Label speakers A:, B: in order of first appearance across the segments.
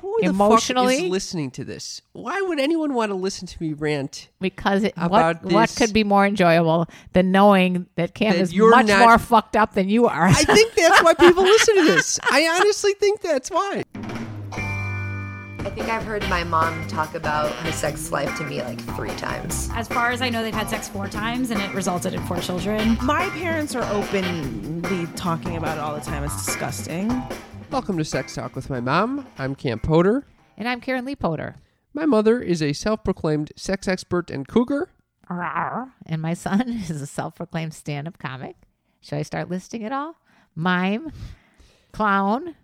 A: Who the fuck
B: Emotionally?
A: is listening to this? Why would anyone want to listen to me rant?
B: Because it, what,
A: About
B: what
A: this-
B: could be more enjoyable than knowing that Cam
A: That
B: is
A: you're
B: much
A: not-
B: more fucked up than you are?
A: I think that's why people listen to this. I honestly think that's why.
C: I think I've heard my mom talk about her sex life to me like three times.
D: As far as I know, they've had sex four times and it resulted in four children.
E: My parents are openly talking about it all the time. It's disgusting.
A: Welcome to Sex Talk with my mom. I'm Cam Potter.
B: and I'm Karen Lee Potter.
A: My mother is a self-proclaimed sex expert and cougar.
B: Rawr. And my son is a self proclaimed stand up comic. Should I start listing it all? Mime, clown,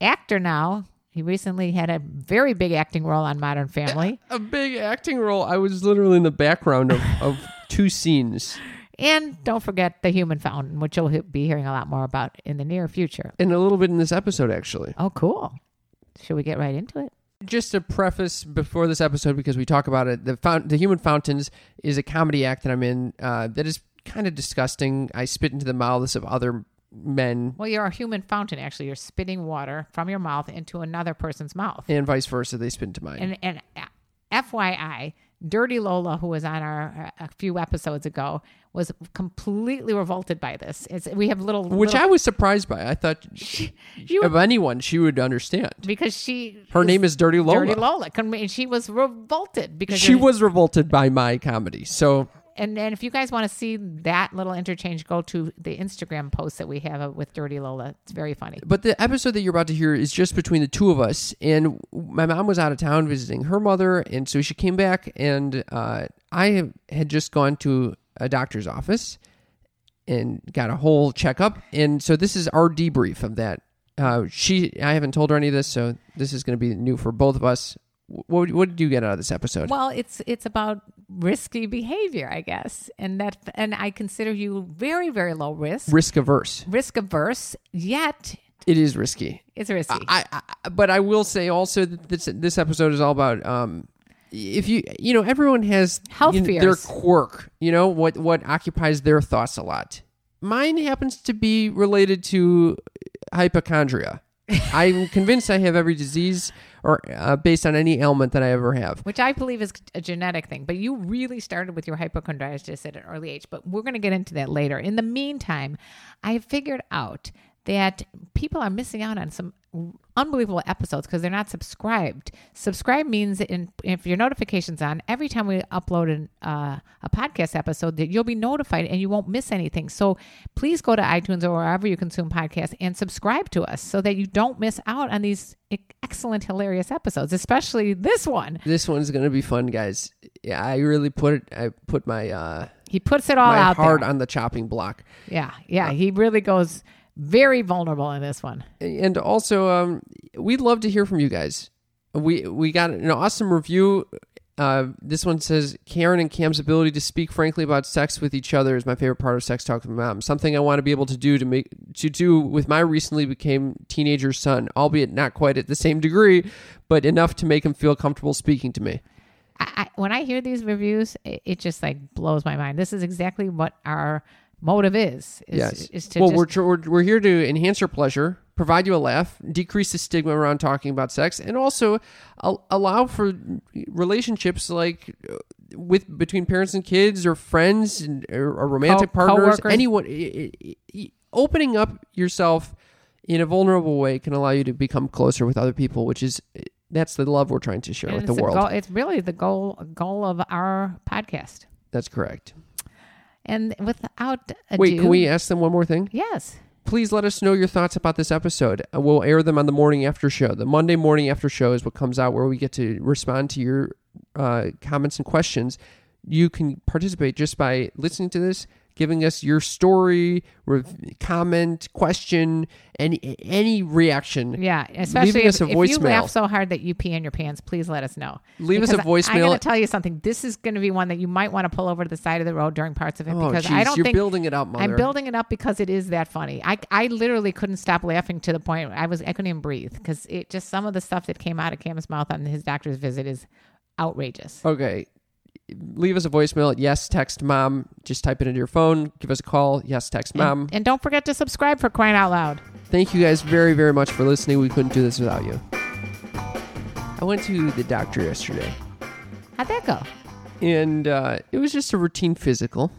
B: actor now. He recently had a very big acting role on Modern Family.
A: A big acting role. I was literally in the background of, of two scenes.
B: And don't forget The Human Fountain, which you'll he- be hearing a lot more about in the near future.
A: And a little bit in this episode, actually.
B: Oh, cool. Should we get right into it?
A: Just to preface before this episode, because we talk about it, the fount- the Human Fountains is a comedy act that I'm in uh, that is kind of disgusting. I spit into the mouths of other men
B: Well, you're a human fountain, actually. You're spitting water from your mouth into another person's mouth.
A: and vice versa. They spit into mine.
B: And and uh, FYI, Dirty Lola, who was on our uh, a few episodes ago, was completely revolted by this. It's, we have little,
A: which
B: little-
A: I was surprised by. I thought
B: she was-
A: of anyone, she would understand.
B: because she
A: Her name is Dirty Lola.
B: Dirty Lola, Con- and she was revolted because
A: She
B: you're-
A: was revolted by my comedy. So
B: And and if you guys want to see that little interchange, go to the Instagram post that we have uh, with Dirty Lola. It's very funny.
A: But the episode that you're about to hear is just between the two of us. And my mom was out of town visiting her mother. And so she came back, and uh, I had just gone to a doctor's office and got a whole checkup. And so this is our debrief of that. Uh, she, I haven't told her any of this, so this is going to be new for both of us. Wh- What, what did you get out of this episode?
B: Well, it's it's about risky behavior, I guess, and that and I consider you very very low risk,
A: Risk averse.
B: risk averse, yet
A: It is risky.
B: it's risky.
A: I, I but I will say also that this this episode is all about um if you you know everyone has
B: Health
A: you know, their
B: fears.
A: quirk you know what what occupies their thoughts a lot. Mine happens to be related to hypochondria. I'm convinced I have every disease or uh, based on any ailment that I ever have.
B: which I believe is a genetic thing. But you really started with your hypochondriasis at an early age, but we're going to get into that later. In the meantime, I figured out that people are missing out on some unbelievable episodes because they're not subscribed. Subscribe means in, if your notifications on every time we upload an, uh, a podcast episode that you'll be notified and you won't miss anything. So please go to iTunes or wherever you consume podcasts and subscribe to us so that you don't miss out on these e-, excellent hilarious episodes, especially this one.
A: This one's gonna be fun, guys. Yeah, I really put it. I put my uh,
B: He puts it all
A: my
B: out
A: heart
B: there.
A: on the chopping block.
B: yeah, yeah. He really goes very vulnerable in this one.
A: and also um, we'd love to hear from you guys. We we got an awesome review. Uh, this one says Karen and Cam's ability to speak frankly about sex with each other is my favorite part of sex talk with my mom. Something I want to be able to do to make to do with my recently became teenager son, albeit not quite at the same degree, but enough to make him feel comfortable speaking to me.
B: I, I, when I hear these reviews, it, it just like blows my mind. This is exactly what our motive is. is
A: yes.
B: is to
A: well,
B: just-
A: we're, tr- we're we're here to enhance your pleasure, provide you a laugh, decrease the stigma around talking about sex, and also al- allow for relationships like uh, with between parents and kids or friends and, or, or romantic
B: Co-
A: partners.
B: coworkers.
A: Anyone, i- i- i- opening up yourself in a vulnerable way can allow you to become closer with other people, which is that's the love we're trying to share
B: and
A: with
B: it's
A: the
B: a
A: world.
B: goal- it's really the goal goal of our podcast.
A: That's correct.
B: And without ado,
A: Wait, can we ask them one more thing?
B: Yes.
A: please let us know your thoughts about this episode. Uh, We'll air them on the morning after show. The Monday morning after show is what comes out where we get to respond to your uh, comments and questions. You can participate just by listening to this, giving us your story, rev- comment, question, any any reaction.
B: Yeah, especially
A: leaving us
B: if,
A: a
B: if you
A: voicemail.
B: laugh so hard that you pee in your pants, please let us know.
A: Leave us a
B: Because I- I'm
A: voicemail.
B: going to tell you something. This is going to be one that you might want to pull over to the side of the road during parts of it
A: Oh,
B: because I
A: jeez,
B: don't
A: you're
B: think
A: building it up, mother.
B: I'm building it up because it is that funny. I I literally couldn't stop laughing to the point I was I couldn't even breathe because it just some of the stuff that came out of Cam's mouth on his doctor's visit is outrageous.
A: Okay. Leave us a voicemail at yes text mom. Just type it into your phone. Give us a call. Yes text mom.
B: And don't forget to subscribe for crying out loud.
A: Thank you guys very, very much for listening. We couldn't do this without you. I went to the doctor yesterday,
B: How'd that go?
A: and uh, it was just a routine physical.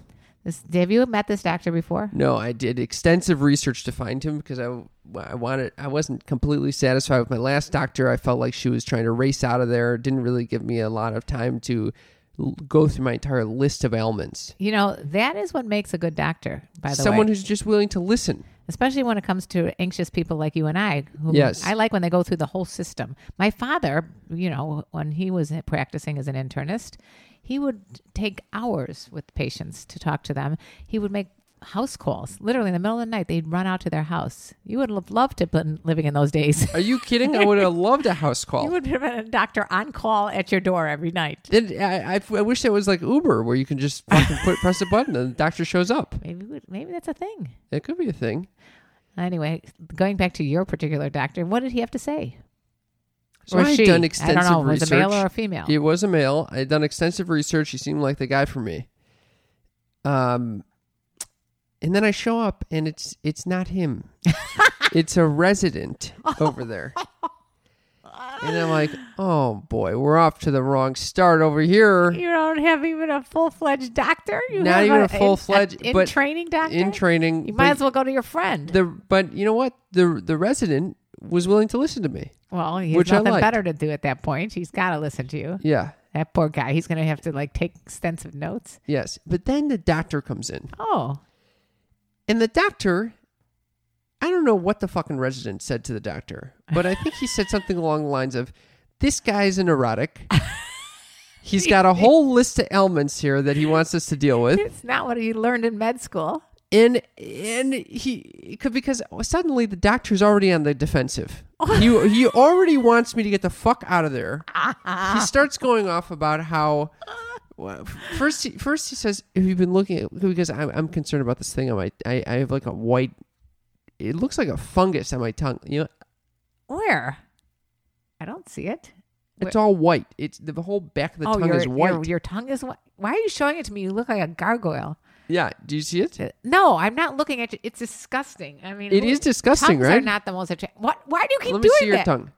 B: This, have you met this doctor before?
A: No, I did extensive research to find him because I, I wanted I wasn't completely satisfied with my last doctor. I felt like she was trying to race out of there. Didn't really give me a lot of time to l- go through my entire list of ailments.
B: You know that is what makes a good doctor. By the way,
A: Someone who's just willing to listen.
B: especially when it comes to anxious people like you and I. Who
A: Yes.
B: I like when they go through the whole system. My father, you know, when he was practicing as an internist, he would take hours with patients to talk to them. He would make house calls, literally in the middle of the night. They'd run out to their house. You would have loved to have been living in those days.
A: Are you kidding? I would have loved a house call.
B: You would have been a doctor on call at your door every night.
A: Then I, I, I wish it was like Uber, where you can just fucking put, press a button and the doctor shows up.
B: Maybe we- maybe that's a thing.
A: It could be a thing.
B: Anyway, going back to your particular doctor, what did he have to say?
A: So
B: Or
A: I had
B: she.
A: done extensive
B: I don't know.
A: research.
B: Was it male or a female?
A: It was a male. I had done extensive research. He seemed like the guy for me. Um, and then I show up, and it's it's not him. it's a resident over there. And I'm like, oh boy, we're off to the wrong start over here.
B: You don't have even a full fledged doctor. You
A: Not
B: have
A: even
B: a-
A: a full fledged,
B: in, in
A: but
B: training doctor.
A: in training.
B: you might
A: but-
B: as well go to your friend.
A: the but you know what the the resident was willing to listen to me
B: well, he has
A: which I
B: nothing
A: liked.
B: better to do at that point. He's got to listen to you.
A: yeah
B: That poor guy. He's going to have to like take extensive notes.
A: yes but then the doctor comes in
B: Oh,
A: and the doctor i don't know what the fucking resident said to the doctor but i think he said something along the lines of this guy's a neurotic he's got a whole list of ailments here that he wants us to deal with
B: it's not what he learned in med school.
A: and and he could because suddenly the doctor's already on the defensive. he he already wants me to get the fuck out of there. he starts going off about how. well, First, he, first he says, "Have you been looking at?" Because I'm, I'm concerned about this thing on my. I, I have like a white. It looks like a fungus on my tongue. You know,
B: Where? I don't see it.
A: it's all white. It's the whole back of the
B: oh,
A: tongue
B: your,
A: is white.
B: Your, your tongue is white. Why are you showing it to me? You look like a gargoyle.
A: yeah, do you see it?
B: Uh, No, I'm not looking at you. It's disgusting. I mean,
A: It
B: who-
A: is disgusting,
B: tongues Are
A: right?
B: not the most attractive. What? Why do you keep
A: Let me
B: doing
A: see your
B: that?
A: tongue.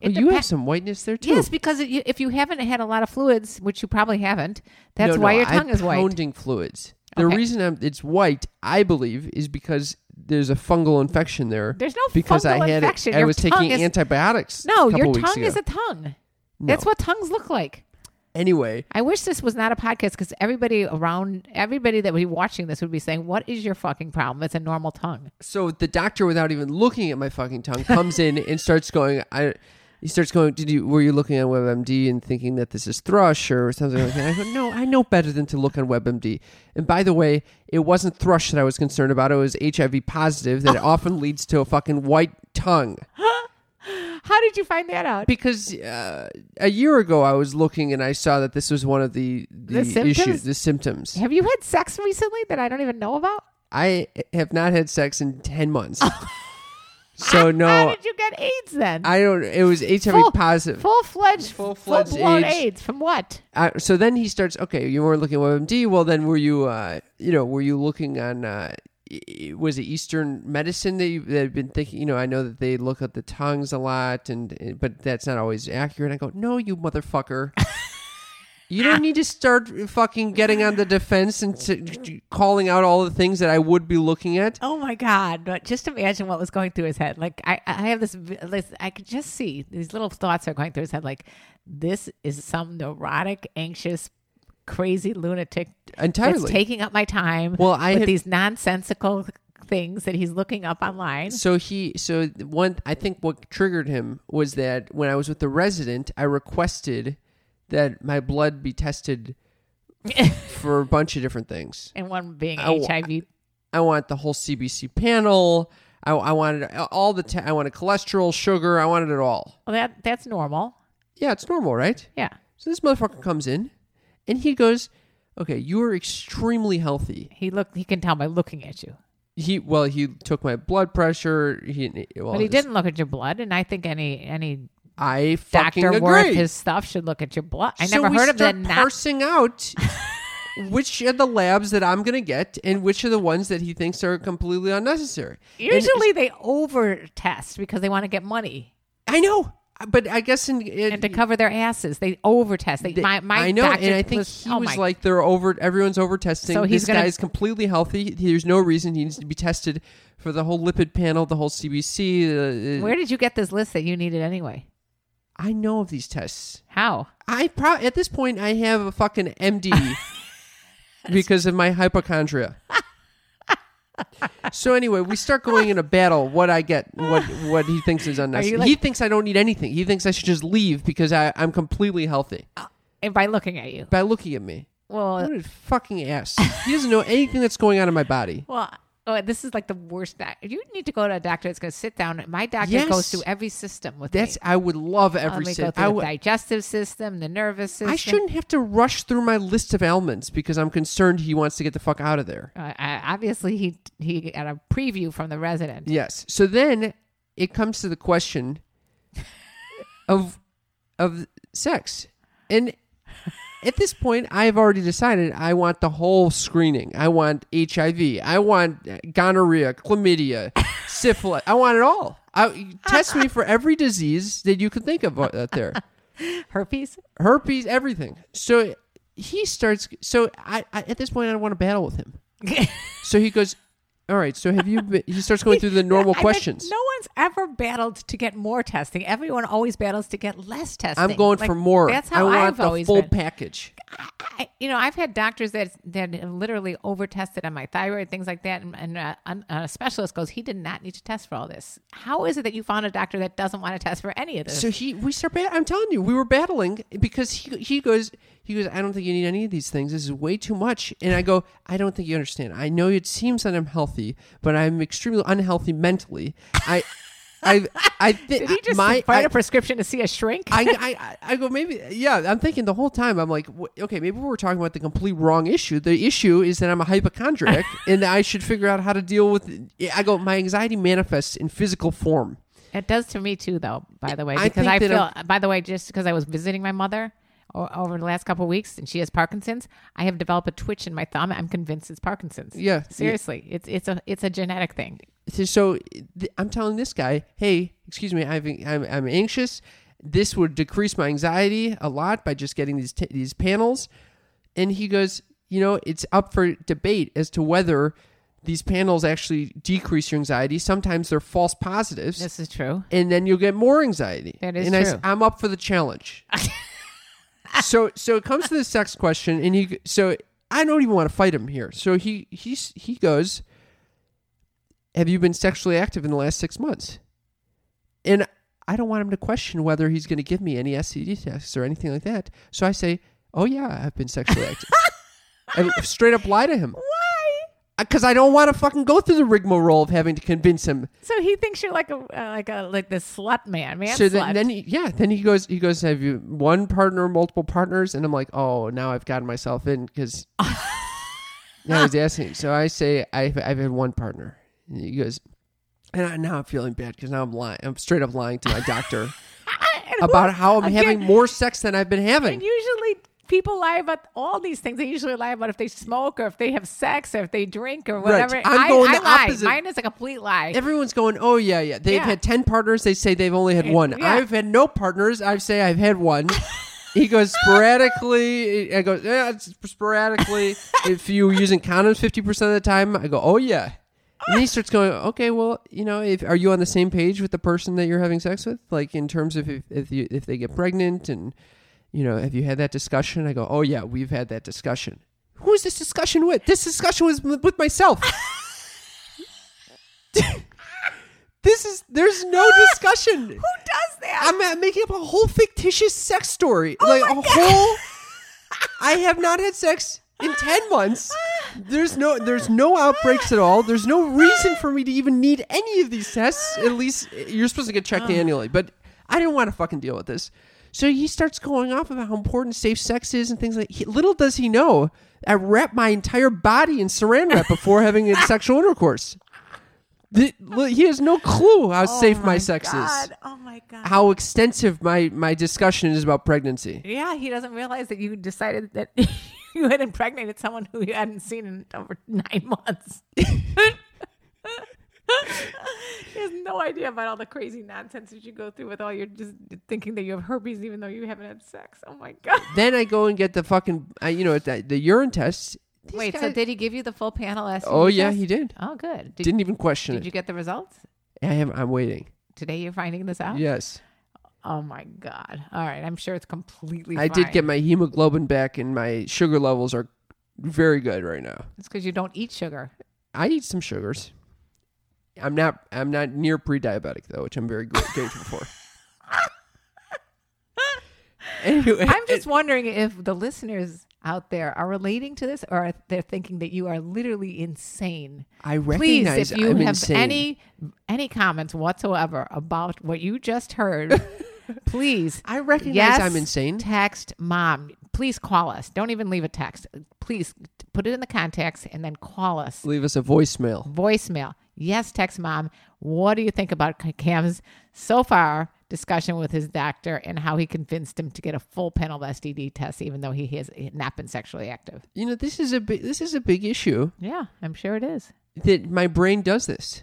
A: Oh,
B: It
A: you have
B: depends-
A: some whiteness there too.
B: Yes, because it, you, if you haven't had a lot of fluids, which you probably haven't, that's
A: No,
B: why
A: no,
B: your
A: I'm
B: tongue is white.
A: Pounding fluids. The
B: Okay.
A: reason I'm, it's white, I believe, is because there's a fungal infection there.
B: There's no
A: because
B: fungal
A: I had
B: infection.
A: It, I
B: Your
A: was
B: tongue
A: taking
B: is-
A: antibiotics. a
B: No,
A: couple
B: your
A: weeks
B: tongue is
A: ago.
B: a tongue. That's
A: No.
B: what tongues look like.
A: Anyway,
B: I wish this was not a podcast because everybody around, everybody that would be watching this would be saying, "What is your fucking problem? It's a normal tongue."
A: so the doctor, without even looking at my fucking tongue, comes in and starts going. I. He starts going. Did you were you looking on WebMD and thinking that this is thrush or something like that? I go, no, I know better than to look on WebMD. And by the way, it wasn't thrush that I was concerned about. It was HIV positive that often leads to a fucking white tongue.
B: How did you find that out?
A: because uh, a year ago I was looking and I saw that this was one of the the,
B: The symptoms?
A: issues, the symptoms.
B: Have you had sex recently that I don't even know about?
A: I have not had sex in ten months, so
B: How
A: no,
B: did you get AIDS then?
A: I don't. It was HIV
B: Full-
A: positive.
B: Full-fledged,
A: Full-fledged
B: full-blown
A: AIDS.
B: AIDS from what?
A: Uh, so then he starts. Okay, you weren't looking at WebMD. Well, then were you? Uh, you know, were you looking on? Uh, i- i- was it Eastern medicine that you that had been thinking? You know, I know that they look at the tongues a lot, and and- but that's not always accurate. I go, no, you motherfucker. You don't need to start fucking getting on the defense and t- calling out all the things that I would be looking at.
B: Oh my God! But Just imagine what was going through his head. Like I, I have this, vi- this. I could just see these little thoughts are going through his head. Like this is some neurotic, anxious, crazy lunatic
A: Entirely.
B: that's taking up my time.
A: Well, I
B: with
A: had-
B: these nonsensical things that he's looking up online.
A: So he, so one, I think what triggered him was that when I was with the resident, I requested that my blood be tested for a bunch of different things.
B: and one being
A: Oh,
B: HIV.
A: I want the whole CBC panel. I, I wanted all the. T- I wanted cholesterol, sugar. I wanted it all.
B: Well, that that's normal.
A: Yeah, it's normal, right?
B: Yeah.
A: So this motherfucker comes in, and he goes, "Okay, you are extremely healthy."
B: He look. He can tell by looking at you,
A: He well, he took my blood pressure. He well,
B: but he
A: his-
B: didn't look at your blood. And I think any any
A: I fucking
B: doctor worth
A: agree.
B: his stuff should look at your blood. I
A: So
B: never
A: we
B: heard of the
A: start
B: not
A: parsing out which are the labs that I'm gonna get and which are the ones that he thinks are completely unnecessary. And
B: Usually they over test because they want to get money
A: I know, but I guess in it,
B: and to cover their asses. They over test. They,
A: They-
B: my my
A: I know,
B: doctor
A: and I think he
B: oh
A: was
B: my-
A: like, "They're over. Everyone's over testing.
B: So he's
A: this
B: gonna-
A: guy's completely healthy. There's no reason he needs to be tested for the whole lipid panel, the whole CBC." Uh,
B: Where did you get this list that you needed anyway?
A: I know of these tests.
B: How?
A: I pro- at this point I have a fucking MD because of my hypochondria. so anyway, we start going in a battle. What I get, what what he thinks is unnecessary.
B: like-
A: he thinks I don't need anything. He thinks I should just leave because I, I'm completely healthy
B: And by looking at you.
A: by looking at me.
B: Well,
A: What a fucking ass. He doesn't know anything that's going on in my body.
B: well, oh, this is like the worst. Doc- you need to go to a doctor that's going to sit down. My doctor
A: Yes.
B: goes through every system with
A: That's
B: me.
A: I would love
B: Let
A: every
B: me
A: sin.
B: go
A: I,
B: through Oh the
A: would-
B: digestive system, the nervous system.
A: I shouldn't have to rush through my list of ailments because I'm concerned he wants to get the fuck out of there.
B: Uh, I, obviously, he he got a preview from the resident.
A: Yes. So then it comes to the question of of sex. And at this point I've already decided I want the whole screening. I want HIV. I want gonorrhea, chlamydia, syphilis. I want it all. I test me for every disease that you can think of uh, out there
B: Herpes.
A: herpes, everything. So he starts. So I, I at this point, I don't want to battle with him. so he goes, "All right. So have you?" Been, he starts going through the normal
B: I bet
A: questions.
B: No one's ever battled to get more testing. Everyone always battles to get less testing.
A: I'm going
B: Like,
A: for more.
B: That's how
A: I
B: have
A: want the
B: always
A: full
B: been.
A: package.
B: I, you know, I've had doctors that that literally over tested on my thyroid, things like that, and, and uh, un- a specialist goes, "He did not need to test for all this." How is it that you found a doctor that doesn't want to test for any of this?
A: So he, we start. Bat- I'm telling you, we were battling because he he goes he goes. I don't think you need any of these things. This is way too much. And I go. I don't think you understand. I know it seems that I'm healthy, but I'm extremely unhealthy mentally. I. I I think
B: did he just
A: my
B: find
A: I-
B: a prescription to see a shrink?
A: I, I- I I go maybe yeah I'm thinking the whole time I'm like w- okay maybe we're talking about the complete wrong issue the issue is that I'm a hypochondriac and I should figure out how to deal with I go my anxiety manifests in physical form
B: It does to me too, though. By the way,
A: I
B: because
A: think
B: I,
A: that
B: feel. By the way, just because I was visiting my mother o- over the last couple of weeks, and she has Parkinson's, I have developed a twitch in my thumb. I'm convinced it's Parkinson's.
A: Yeah.
B: seriously, it's it's a it's a genetic thing.
A: so th- I'm telling this guy hey excuse me I've, I'm I'm anxious this would decrease my anxiety a lot by just getting these t- these panels and he goes you know it's up for debate as to whether these panels actually decrease your anxiety sometimes they're false positives
B: This is true.
A: and then you'll get more anxiety.
B: That is
A: and I
B: true.
A: am up for the challenge. so so it comes to the sex question, and he so I don't even want to fight him here. So he he he goes, "Have you been sexually active in the last six months?" And I don't want him to question whether he's going to give me any STD tests or anything like that. So I say, "Oh yeah, I've been sexually active." I straight up lie to him. Why? Because I don't want to fucking go through the rigmarole of having to convince him
B: So he thinks you're like a uh, like a like this slut man, man
A: so
B: slut.
A: then, then he, yeah, then he goes, he goes, have you one partner, multiple partners? And I'm like, oh, now I've gotten myself in because now he's asking. So I say, I've, I've had one partner. And he goes, and I, now I'm feeling bad because now I'm lying. I'm straight up lying to my doctor
B: And who-
A: about how I'm
B: again,
A: having more sex than I've been having.
B: And usually people lie about all these things. They usually lie about if they smoke or if they have sex or if they drink or whatever.
A: I'm
B: I,
A: going
B: I
A: the
B: lie.
A: opposite.
B: Mine is a complete lie.
A: Everyone's going, oh yeah, yeah. They've
B: Yeah.
A: had ten partners. They say they've only had one.
B: yeah.
A: I've had no partners. I say I've had one. he goes sporadically. I go, yeah, it's sporadically. if you using condoms fifty percent of the time, I go, oh yeah. And then he starts going, okay, well, you know, if are you on the same page with the person that you're having sex with, like in terms of if if, you, if they get pregnant and you know, have you had that discussion? I go, oh yeah, we've had that discussion. Who is this discussion with? This discussion was m- with myself. this is there's no discussion. Who does that? I'm, uh, making up a whole fictitious sex story, like a whole I have not had sex in 10 months. There's no there's no outbreaks at all. There's no reason for me to even need any of these tests. At least you're supposed to get checked annually, but I didn't want to fucking deal with this. So he starts going off about how important safe sex is and things like he, little does he know I wrap my entire body in saran wrap before having a sexual intercourse. The- li- he has no clue how safe my, sex is.
E: God. Oh my god.
A: How extensive my my discussion is about pregnancy.
B: Yeah, he doesn't realize that you decided that you had impregnated someone who you hadn't seen in over nine months. he has no idea about all the crazy nonsense that you go through with all your just thinking that you have herpes even though you haven't had sex. Oh my god!
A: Then I go and get the fucking, uh, you know, the, the urine test. These
B: Wait, so
A: guys-
B: did he give you the full panel STD
A: Oh yeah,
B: test?
A: he did.
B: Oh, good. Did,
A: Didn't even question
B: did
A: it.
B: you get the results
A: I am. I'm waiting.
B: today? You're finding this out.
A: Yes,
B: Oh my god! All right, I'm sure it's completely.
A: I did
B: fine.
A: get my hemoglobin back, and my sugar levels are very good right now.
B: It's because you don't eat sugar.
A: I eat some sugars. I'm not. I'm not near pre-diabetic though, which I'm very gr- grateful for. anyway,
B: I'm just wondering if the listeners out there are relating to this or if they're thinking that you are literally insane.
A: I
B: Please,
A: recognize
B: if you
A: I'm
B: have
A: insane.
B: any any comments whatsoever about what you just heard, please.
A: I recognize
B: yes,
A: I'm insane.
B: Text mom. Please call us. Don't even leave a text. Please t- put it in the contacts and then call us.
A: Leave us a voicemail.
B: Voicemail. Yes, text mom. What do you think about K- Cam's so far discussion with his doctor and how he convinced him to get a full panel of STD tests, even though he has not been sexually active?
A: You know, this is a big. This is a big issue
B: Yeah, I'm sure it is.
A: that my brain does this.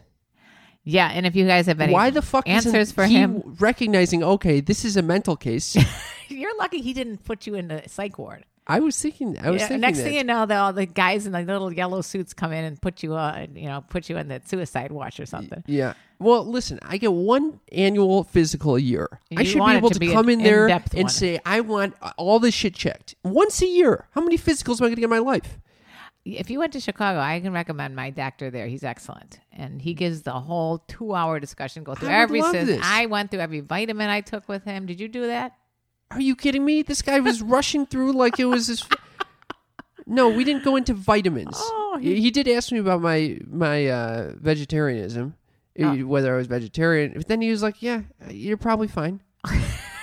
B: Yeah, and if you guys have any
A: Why the fuck isn't
B: answers for
A: he
B: him,
A: recognizing? Okay, this is a mental case.
B: you're lucky he didn't put you in the psych ward.
A: I was thinking. I was
B: Yeah,
A: thinking.
B: next
A: that.
B: thing you know, the, all the guys in the little yellow suits come in and put you, uh, you know, put you in the suicide watch or something.
A: Yeah. Well, listen, I get one annual physical a year. I
B: You
A: should
B: want
A: be
B: it
A: able
B: to
A: to,
B: be
A: come
B: an
A: in there
B: in-depth
A: and
B: one.
A: say, I want all this shit checked. Once a year. How many physicals am I going to get in my life?
B: if you went to Chicago, I can recommend my doctor there. He's excellent, and he gives the whole two-hour discussion. Go through
A: would
B: every.
A: love
B: sys-
A: this.
B: I went through every vitamin I took with him. Did you do that?
A: Are you kidding me? This guy was rushing through like it was his. No, we didn't go into vitamins.
B: Oh,
A: he, did ask me about my my uh, vegetarianism,
B: Oh.
A: uh, whether I was vegetarian. But then he was like, "Yeah, you're probably fine.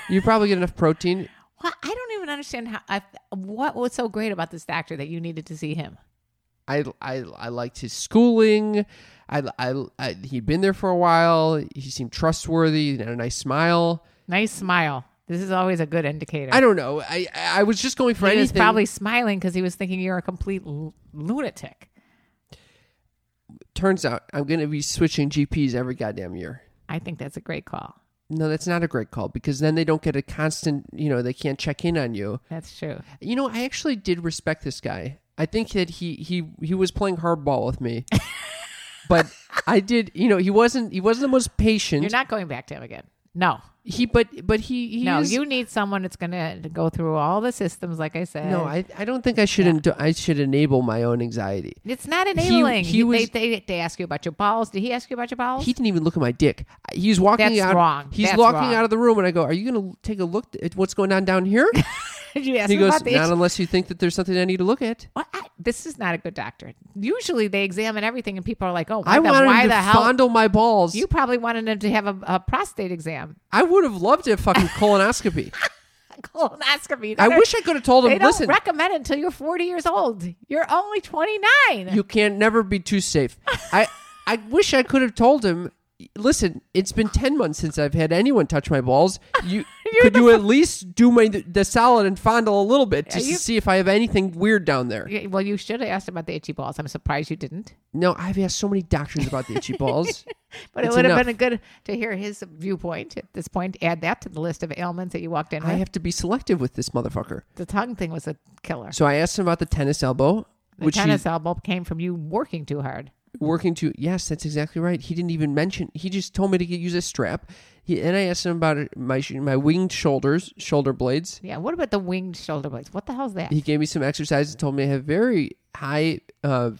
A: you probably get enough protein."
B: Well, I don't even understand how. I, what was so great about this doctor that you needed to see him?
A: I, I, I liked his schooling. I, I, I- he'd been there for a while. He seemed trustworthy. He had a nice smile.
B: Nice smile. This is always a good indicator.
A: I don't know. I, I was just going for
B: He was
A: anything.
B: probably smiling because he was thinking you're a complete l- lunatic.
A: Turns out I'm going to be switching GPs every goddamn year.
B: I think that's a great call.
A: No, that's not a great call because then they don't get a constant. You know, they can't check in on you.
B: That's true.
A: You know, I actually did respect this guy. I think that he he he was playing hardball with me, but I did. You know, he wasn't he wasn't the most patient.
B: You're not going back to him again. No,
A: he but but he, he
B: no.
A: is-
B: You need someone that's going to go through all the systems, like I said.
A: No, I, I don't think I should endo- I should enable my own anxiety.
B: It's not enabling.
A: he
B: He,
A: was-
B: they, they, they ask you about your balls. Did he ask you about your balls?
A: He didn't even look at my dick. He was walking
B: That's
A: out.
B: wrong.
A: He's
B: That's
A: walking
B: wrong.
A: out of the room, and I go, "Are you going to take a look at what's going on down here?"
B: Did you ask
A: he
B: him
A: goes,
B: about the
A: "Not
B: itch?
A: unless you think that there's something I need to look at."
B: What? I- this is not a good doctor. Usually they examine everything and people are like, oh, why
A: I
B: the,
A: wanted
B: why
A: him
B: the
A: to
B: hell?
A: fondle my balls.
B: you probably wanted him to have a, a prostate exam,
A: I would have loved a fucking colonoscopy.
B: a colonoscopy.
A: I
B: They
A: wish I could have told
B: don't- They
A: him,
B: don't
A: "Listen,
B: recommend it until you're 40 years old. You're only 29.
A: you can't never be too safe." I I wish I could have told him. Listen, it's been ten months since I've had anyone touch my balls. You could you at least do my the salad and fondle a little bit just
B: you-
A: to see if I have anything weird down there.
B: Yeah, well, you should have asked about the itchy balls. I'm surprised you didn't.
A: No, I've asked so many doctors about the itchy balls.
B: But
A: It's
B: it would
A: enough.
B: have been good to hear his viewpoint at this point. Add that to the list of ailments that you walked in
A: I
B: with.
A: have to be selective with this motherfucker.
B: the tongue thing was a killer.
A: So I asked him about the tennis elbow,
B: The
A: which
B: tennis
A: he's
B: elbow came from you working too hard.
A: working to. Yes, that's exactly right. He didn't even mention. He just told me to get, use a strap. He, and I asked him about it- my sh- my winged shoulders, shoulder blades.
B: Yeah. What about the winged shoulder blades? What the hell's that?
A: He gave me some exercise and told me I have very high uh,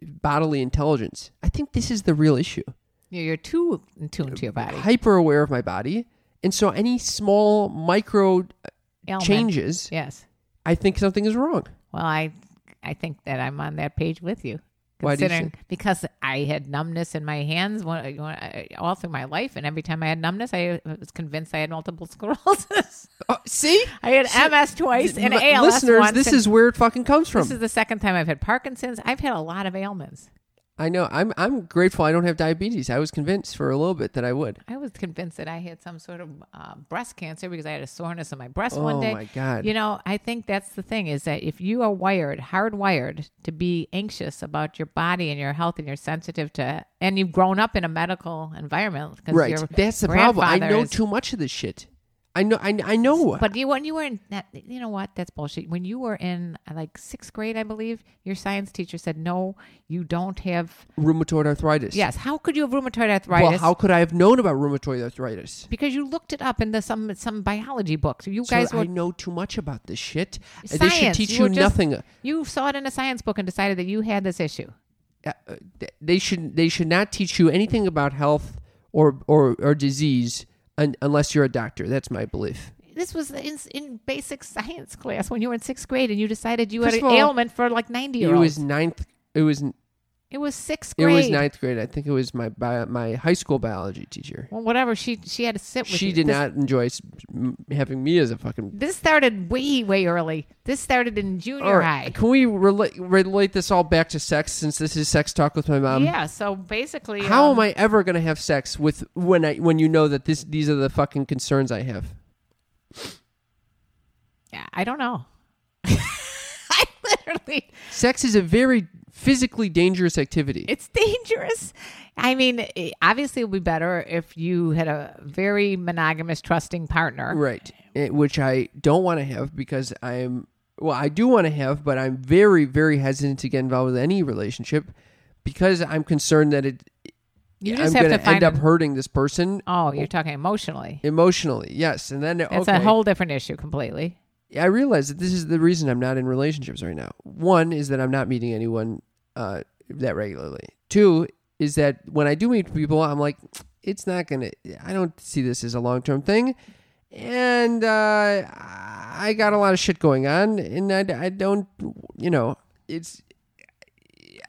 A: bodily intelligence. I think this is the real issue.
B: You- You're too in tune to
A: Uh,
B: your body.
A: Hyper aware of my body, and so any small micro
B: Ailment.
A: changes
B: Yes.
A: I think something is wrong.
B: Well, I I think that I'm on that page with you.
A: Why do you
B: Considering because I had numbness in my hands one- you know, I- all through my life, and every time I had numbness, I was convinced I had multiple sclerosis.
A: Oh, see,
B: I had MS twice and
A: Li-
B: ALS
A: listeners,
B: once,
A: this
B: and
A: is where it fucking comes from.
B: this is the second time I've had Parkinson's. I've had a lot of ailments.
A: I know. I'm I'm grateful I don't have diabetes. I was convinced for a little bit that I would.
B: I was convinced that I had some sort of uh, breast cancer because I had a soreness in my breast one
A: Oh,
B: day.
A: my God.
B: You know, I think that's the thing is that if you are wired, hardwired to be anxious about your body and your health, and you're sensitive to, and you've grown up in a medical environment, 'cause
A: Right.
B: your
A: That's the problem. I
B: grandfather
A: know
B: is-
A: too much of this shit. I know. I, I know.
B: But you when you were in that, you know what? That's bullshit. When you were in uh, like sixth grade, I believe your science teacher said, "No, you don't have."
A: rheumatoid arthritis.
B: Yes. How could you have rheumatoid arthritis?
A: Well, how could I have known about rheumatoid arthritis?
B: because you looked it up in the some some biology book. So you
A: So
B: guys were
A: I know too much about this shit. they
B: science.
A: should teach you,
B: were just-
A: nothing.
B: You saw it in a science book and decided that you had this issue.
A: Uh, uh, th- they should they should not teach you anything about health or or, or disease un, unless you're a doctor. That's my belief.
B: This was in, in basic science class when you were in sixth grade and you decided you
A: First
B: had an
A: of all,
B: ailment for like 90 year
A: It
B: olds.
A: was ninth. It was
B: it was sixth
A: it
B: grade.
A: was ninth grade. I think it was my bio, my high school biology teacher.
B: Well, whatever. She she had to sit with
A: She
B: you.
A: did
B: This-
A: not enjoy s- m- having me as a fucking.
B: This started way, way early. This started in junior
A: All right,
B: high.
A: Can we relate relate this all back to sex since this is sex talk with my mom?
B: yeah. So basically,
A: How
B: um,
A: am I ever gonna have sex with when I when you know that this these are the fucking concerns I have?
B: Yeah, I don't know. I literally,
A: Sex is a very physically dangerous activity.
B: it's dangerous. I mean, eh, obviously, it would be better if you had a very monogamous, trusting partner.
A: right. It- which I don't want to have because I'm well, I do want to have, but I'm very very hesitant to get involved with any relationship because I'm concerned that it
B: You
A: I'm
B: just
A: going
B: have to
A: to
B: find
A: end up
B: an-
A: hurting this person
B: Oh, you're talking emotionally.
A: emotionally. Yes, and then
B: That's
A: okay.
B: a whole different issue completely.
A: I realize that this is the reason I'm not in relationships right now. One is that I'm not meeting anyone uh, that regularly. Two is that when I do meet people, I'm like, it's not gonna. I don't see this as a long term thing, and uh, I got a lot of shit going on, and I, I don't, you know, it's.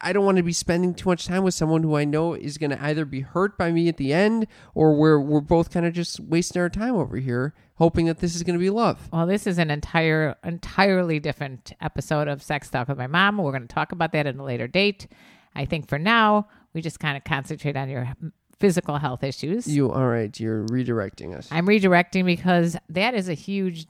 A: I don't want to be spending too much time with someone who I know is going to either be hurt by me at the end, or we're we're both kind of just wasting our time over here, hoping that this is going to be love.
B: Well, this is an entire, entirely different episode of Sex Talk with My Mom. We're going to talk about that at a later date. I think for now, we just kind of concentrate on your physical health issues.
A: You all right? You're redirecting us.
B: I'm redirecting because that is a huge,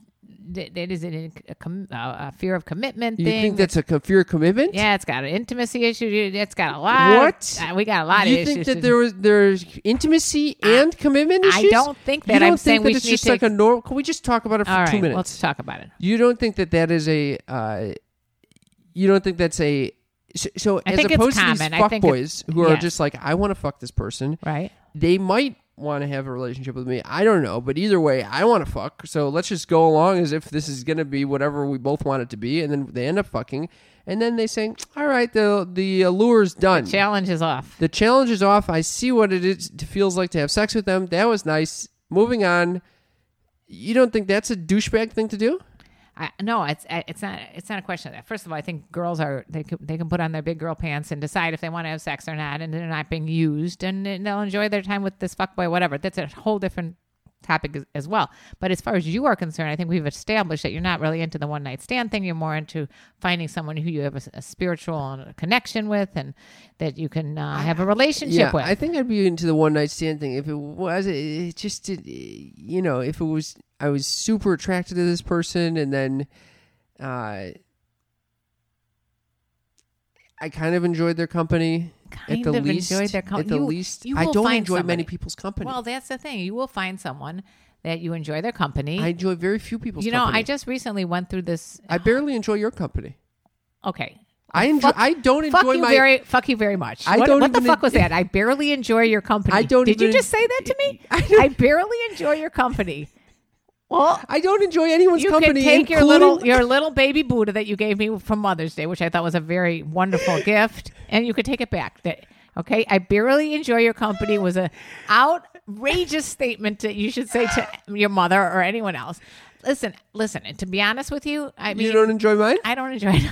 B: that that is an, a, com, uh, a fear of commitment
A: you
B: thing.
A: think that's a co- fear of commitment?
B: yeah, it's got an intimacy issue. It's got a lot.
A: What?
B: uh, we got a lot
A: You
B: of
A: think
B: issues.
A: that there was there's intimacy and commitment
B: I
A: issues?
B: don't think
A: You
B: that. I'm
A: don't
B: saying
A: think
B: we
A: that it's
B: should
A: just
B: take-
A: like a normal. Can we just talk about it for
B: All
A: two
B: right,
A: minutes?
B: let's talk about it.
A: You don't think that that is a. Uh, you don't think that's a. So, so
B: I
A: as
B: think it's
A: opposed to these
B: common. I think it-
A: fuckboys who are
B: yes.
A: just like, I want to fuck this person.
B: Right.
A: They might want to have a relationship with me. I don't know, but either way, I want to fuck. So let's just go along as if this is going to be whatever we both want it to be, and then they end up fucking, and then they say, "All right, the the allure's done.
B: Challenge is off.
A: The challenge is off. I see what it is it feels like to have sex with them. That was nice. Moving on. You don't think that's a douchebag thing to do?
B: I, no, it's I- it's not it's not a question of that. First of all, I think girls are they can, they can put on their big girl pants and decide if they want to have sex or not, and they're not being used, and then they'll enjoy their time with this fuckboy, whatever. That's a whole different topic as, as well. But as far as you are concerned, I think we've established that you're not really into the one night stand thing. You're more into finding someone who you have a, s- a spiritual connection with, and that you can uh, have a relationship
A: yeah,
B: with.
A: I think I'd be into the one night stand thing if it was. It just did. You know, if it was, I was super attracted to this person, and then, uh, I kind of enjoyed their company.
B: Kind
A: at the
B: of
A: least,
B: enjoyed their com-
A: At the
B: You-
A: least,
B: you
A: I
B: will
A: don't
B: find
A: enjoy many
B: somebody.
A: people's company.
B: well, that's the thing. You will find someone that you enjoy their company.
A: I enjoy very few people's.
B: you know,
A: company.
B: I just recently went through this.
A: I barely enjoy your company.
B: Okay,
A: I enjoy.
B: Fuck-
A: I don't enjoy
B: fuck you
A: my.
B: very fuck you very much.
A: I
B: what
A: don't
B: what the
A: even
B: fuck was
A: en-
B: that? I barely enjoy your company.
A: I don't
B: Did you
A: even
B: just say that to me?
A: I don't-
B: I, barely enjoy your company. Well,
A: I don't enjoy anyone's
B: you can
A: company.
B: take your
A: including-
B: little your little baby Buddha that you gave me from Mother's Day, which I thought was a very wonderful gift, and you could take it back. That okay? I barely enjoy your company was a outrageous statement that you should say to your mother or anyone else. listen, listen. And to be honest with you, I mean,
A: you don't enjoy mine?
B: I don't enjoy it.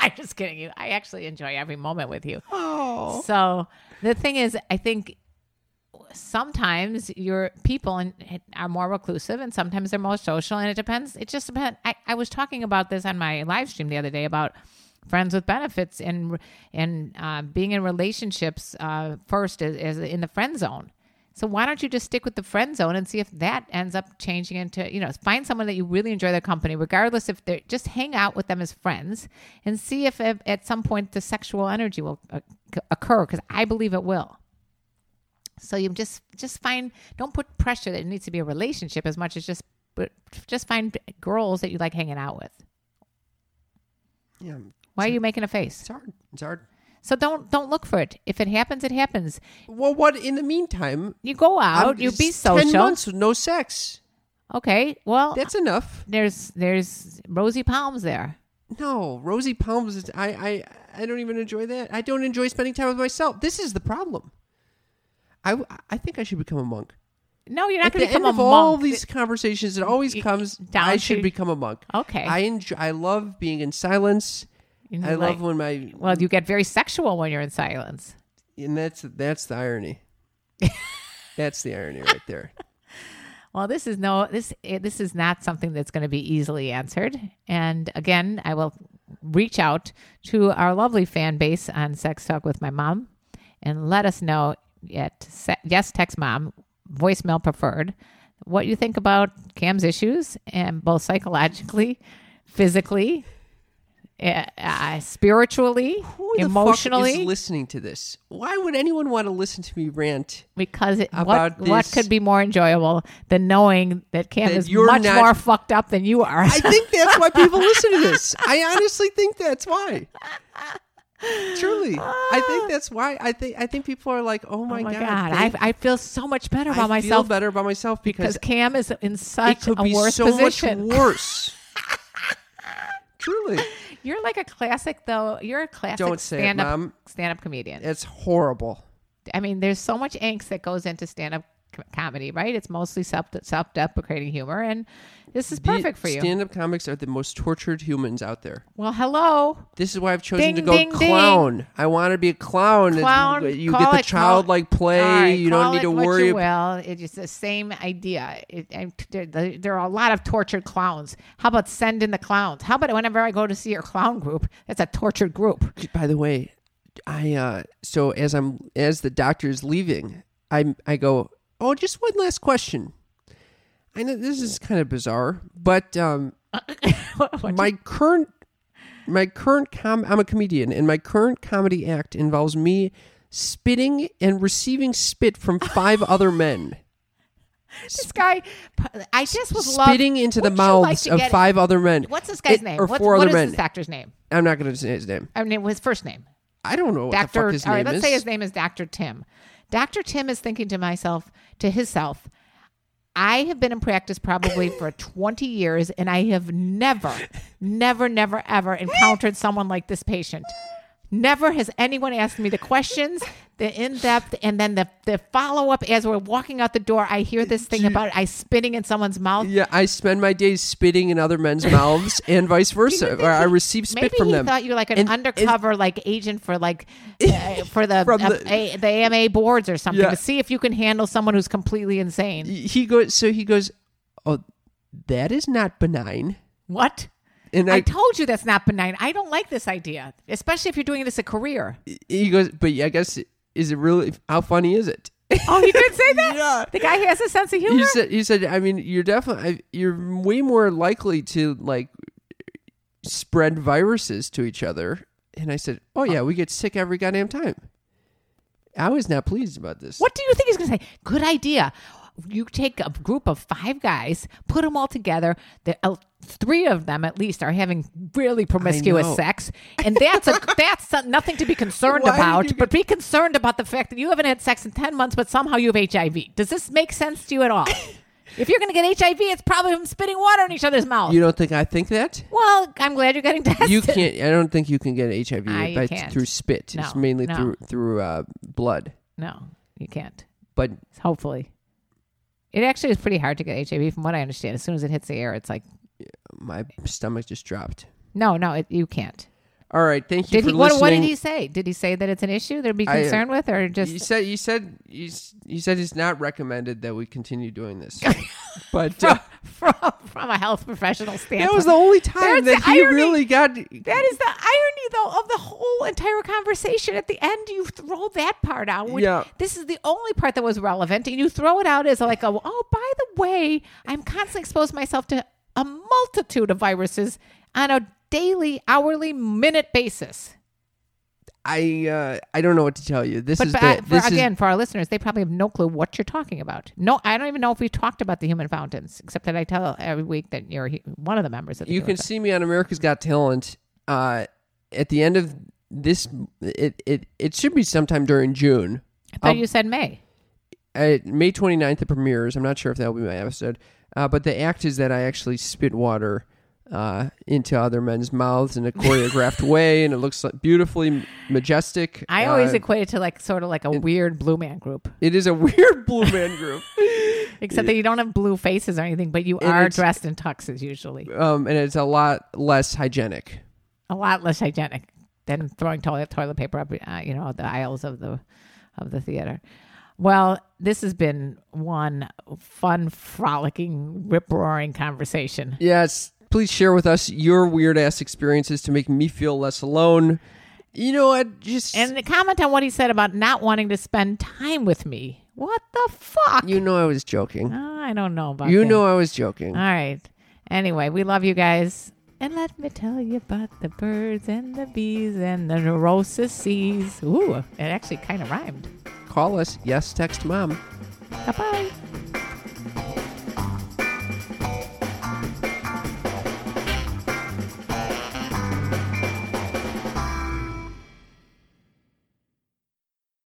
B: I'm just kidding you. I actually enjoy every moment with you. Oh. So the thing is, I think sometimes your people and are more reclusive and sometimes they're more social and it depends. It just depends. I, I was talking about this on my live stream the other day about friends with benefits and and uh, being in relationships uh, first is, is in the friend zone. So why don't you just stick with the friend zone and see if that ends up changing into, you know, find someone that you really enjoy their company, regardless if they're just hang out with them as friends and see if, if at some point the sexual energy will uh, occur because I believe it will. So you just just find don't put pressure that it needs to be a relationship as much as just but just find girls that you like hanging out with.
A: Yeah.
B: Why are you making a face?
A: It's hard. It's hard.
B: So don't don't look for it. If it happens, it happens.
A: Well, what in the meantime?
B: You go out,
A: I'm-
B: you be
A: it's 10
B: social.
A: months with no sex.
B: Okay. Well,
A: That's enough.
B: there's there's rosy palms there.
A: No, Rosie Palms. Is, I, I I don't even enjoy that. I don't enjoy spending time with myself. This is the problem. I, w- I think I should become a monk.
B: No, you're
A: At
B: not
A: the
B: going to become
A: end
B: a
A: of all
B: monk.
A: these conversations, it always
B: y-
A: comes
B: down
A: I should
B: to-
A: become a monk.
B: Okay.
A: I enjoy. I love being in silence.
B: You know,
A: I
B: like-
A: love when my
B: Well, you get very sexual when you're in silence.
A: and that's that's the irony. that's the irony right there.
B: Well, this is no this eh, this is not something that's going to be easily answered. And again, I will reach out to our lovely fan base on Sex Talk with my mom, and let us know at se- yes text mom voicemail preferred what you think about Cam's issues and both psychologically, physically, eh, uh, spiritually,
A: Who the fuck
B: emotionally.
A: is listening to this? Why would anyone want to listen to me rant?
B: because it, what,
A: about
B: what
A: this-
B: could be more enjoyable than knowing that Cam
A: That
B: is
A: you're
B: much
A: not-
B: more fucked up than you are?
A: I think that's why people listen to this. I honestly think that's why. Truly, I think that's why. I think I think people are like, "Oh
B: oh
A: my,
B: my god,
A: thank-
B: I, I feel so much better
A: I
B: about myself
A: feel better about myself because
B: because Cam is in
A: it
B: such
A: could
B: a
A: be
B: worse
A: so
B: position.
A: much worse." Truly,
B: You're like a classic though. You're a classic
A: Don't say it,
B: stand up
A: Mom.
B: stand up comedian.
A: it's horrible.
B: I mean, there's so much angst that goes into stand up comedy, right? It's mostly self self deprecating humor, and this is perfect for you.
A: Stand up comics are the most tortured humans out there.
B: well, hello.
A: This is why I've chosen
B: Ding,
A: to go
B: ding, ding.
A: clown. I want to be a clown. It's-
B: clown.
A: you
B: call
A: get the
B: it- call-
A: childlike play.
B: All right,
A: you don't
B: call
A: need
B: it
A: to
B: what
A: worry.
B: You will. It's just the same idea. It, and there, there are a lot of tortured clowns. How about send in the clowns? How about whenever I go to see your clown group, that's a tortured group.
A: By the way, I uh so as I'm as the doctor is leaving, I I go, "Oh, just one last question." I know this is kind of bizarre, but um my current my current com I'm a comedian and my current comedy act involves me spitting and receiving spit from five other men.
B: This guy, I just would love
A: spitting into the
B: Wouldn't you like
A: mouths
B: to
A: of
B: get-
A: five other men.
B: What's this guy's
A: It-
B: name?
A: Or
B: What's,
A: four
B: what
A: other
B: is
A: men.
B: this doctor's name?
A: I'm not going to say his name.
B: I mean, his first name.
A: I don't know what the
B: Doctor.
A: fuck his
B: all
A: name
B: right, let's
A: is.
B: say his name is Doctor Tim. Doctor Tim is thinking to myself, to himself, I have been in practice probably for 20 years and I have never, never, never, ever encountered someone like this patient. Never has anyone asked me the questions, the in depth, and then the, the follow up as we're walking out the door. I hear this thing about I spitting in someone's mouth.
A: Yeah, I spend my days spitting in other men's mouths and vice versa. Or I receive spit
B: Maybe
A: from
B: he
A: them.
B: thought you were like an
A: And- and-
B: undercover like agent for like uh, for the
A: From
B: uh,
A: the-
B: A- the AMA boards or something
A: Yeah.
B: to see if you can handle someone who's completely insane.
A: he goes. So he goes. Oh, that is not benign.
B: What?
A: And I,
B: I told you that's not benign. I don't like this idea, especially if you're doing it as a career.
A: he goes. But yeah, I guess is it really? How funny is it?
B: Oh, he did say that.
A: Yeah.
B: The guy has a sense of humor.
A: He said. He said. I mean, you're definitely. You're way more likely to like spread viruses to each other. And I said, Oh yeah, we get sick every goddamn time. I was not pleased about this.
B: What do you think he's going to say? Good idea. You take a group of five guys, put them all together. The, uh, three of them, at least, are having really promiscuous
A: know.
B: sex, and that's a, that's uh, nothing to be concerned
A: Why did
B: about.
A: you get-
B: But be concerned about the fact that you haven't had sex in ten months, but somehow you have HIV. Does this make sense to you at all? if you're going to get HIV, it's probably from spitting water in each other's mouth.
A: You don't think I think that?
B: well, I'm glad you're getting tested.
A: you can't. I don't think you can get HIV
B: Ah, you
A: by,
B: can't.
A: through spit.
B: No,
A: it's mainly
B: no.
A: through through uh, blood.
B: No, you can't.
A: But
B: Hopefully, It actually is pretty hard to get HIV, from what I understand. As soon as it hits the air, it's like,
A: My stomach just dropped.
B: no, no, it, you can't.
A: All right, thank you
B: Did
A: for
B: he? What,
A: listening.
B: what did he say? Did he say that it's an issue they'd be
A: I, uh,
B: concerned with, or just
A: You said you said you, s- you said it's not recommended that we continue doing this. but uh,
B: from, from from a health professional standpoint?
A: that was the only time
B: There's
A: that
B: the
A: he
B: irony.
A: really got.
B: That is the irony, though, of the whole entire conversation. At the end, you throw that part out. Which
A: Yeah.
B: This is the only part that was relevant, and you throw it out as like, a, oh, by the way, I'm constantly exposed myself to a multitude of viruses on a daily, hourly, minute basis.
A: I uh, I don't know what to tell you. This
B: But,
A: is
B: but
A: the,
B: I- for,
A: this is-
B: again, for our listeners, they probably have no clue what you're talking about. No, I don't even know if we've talked about the human fountains, except that I tell every week that you're he- one of the members of the
A: you
B: human
A: can see me on America's Got Talent. Uh, at the end of this, it it it should be sometime during
B: Fountains.
A: June.
B: I thought you said May.
A: uh, May 29th it premieres. I'm not sure if that will be my episode. Uh, but the act is that I actually spit water uh, into other men's mouths in a choreographed way, and it looks like beautifully majestic.
B: I always
A: Uh,
B: equate it to like sort of like a weird blue man group,
A: it is a weird blue man group,
B: except that you don't have blue faces or anything, but you
A: And
B: are
A: it's-
B: dressed in tuxes usually.
A: um, and it's a lot less hygienic.
B: A lot less hygienic than throwing toilet toilet paper up, uh, you know, the aisles of the of the theater. Well, this has been one fun, frolicking, rip roaring conversation.
A: Yes, please share with us your weird ass experiences to make me feel less alone. You know what? Just
B: And comment on what he said about not wanting to spend time with me. What the fuck?
A: you know I was joking.
B: Oh, I don't know about
A: You
B: that.
A: know I was joking.
B: All right. Anyway, we love you guys. And let me tell you about the birds and the bees and the neurosis. Ooh, it actually kind of rhymed.
A: Call us. Yes, text mom.
B: Bye bye.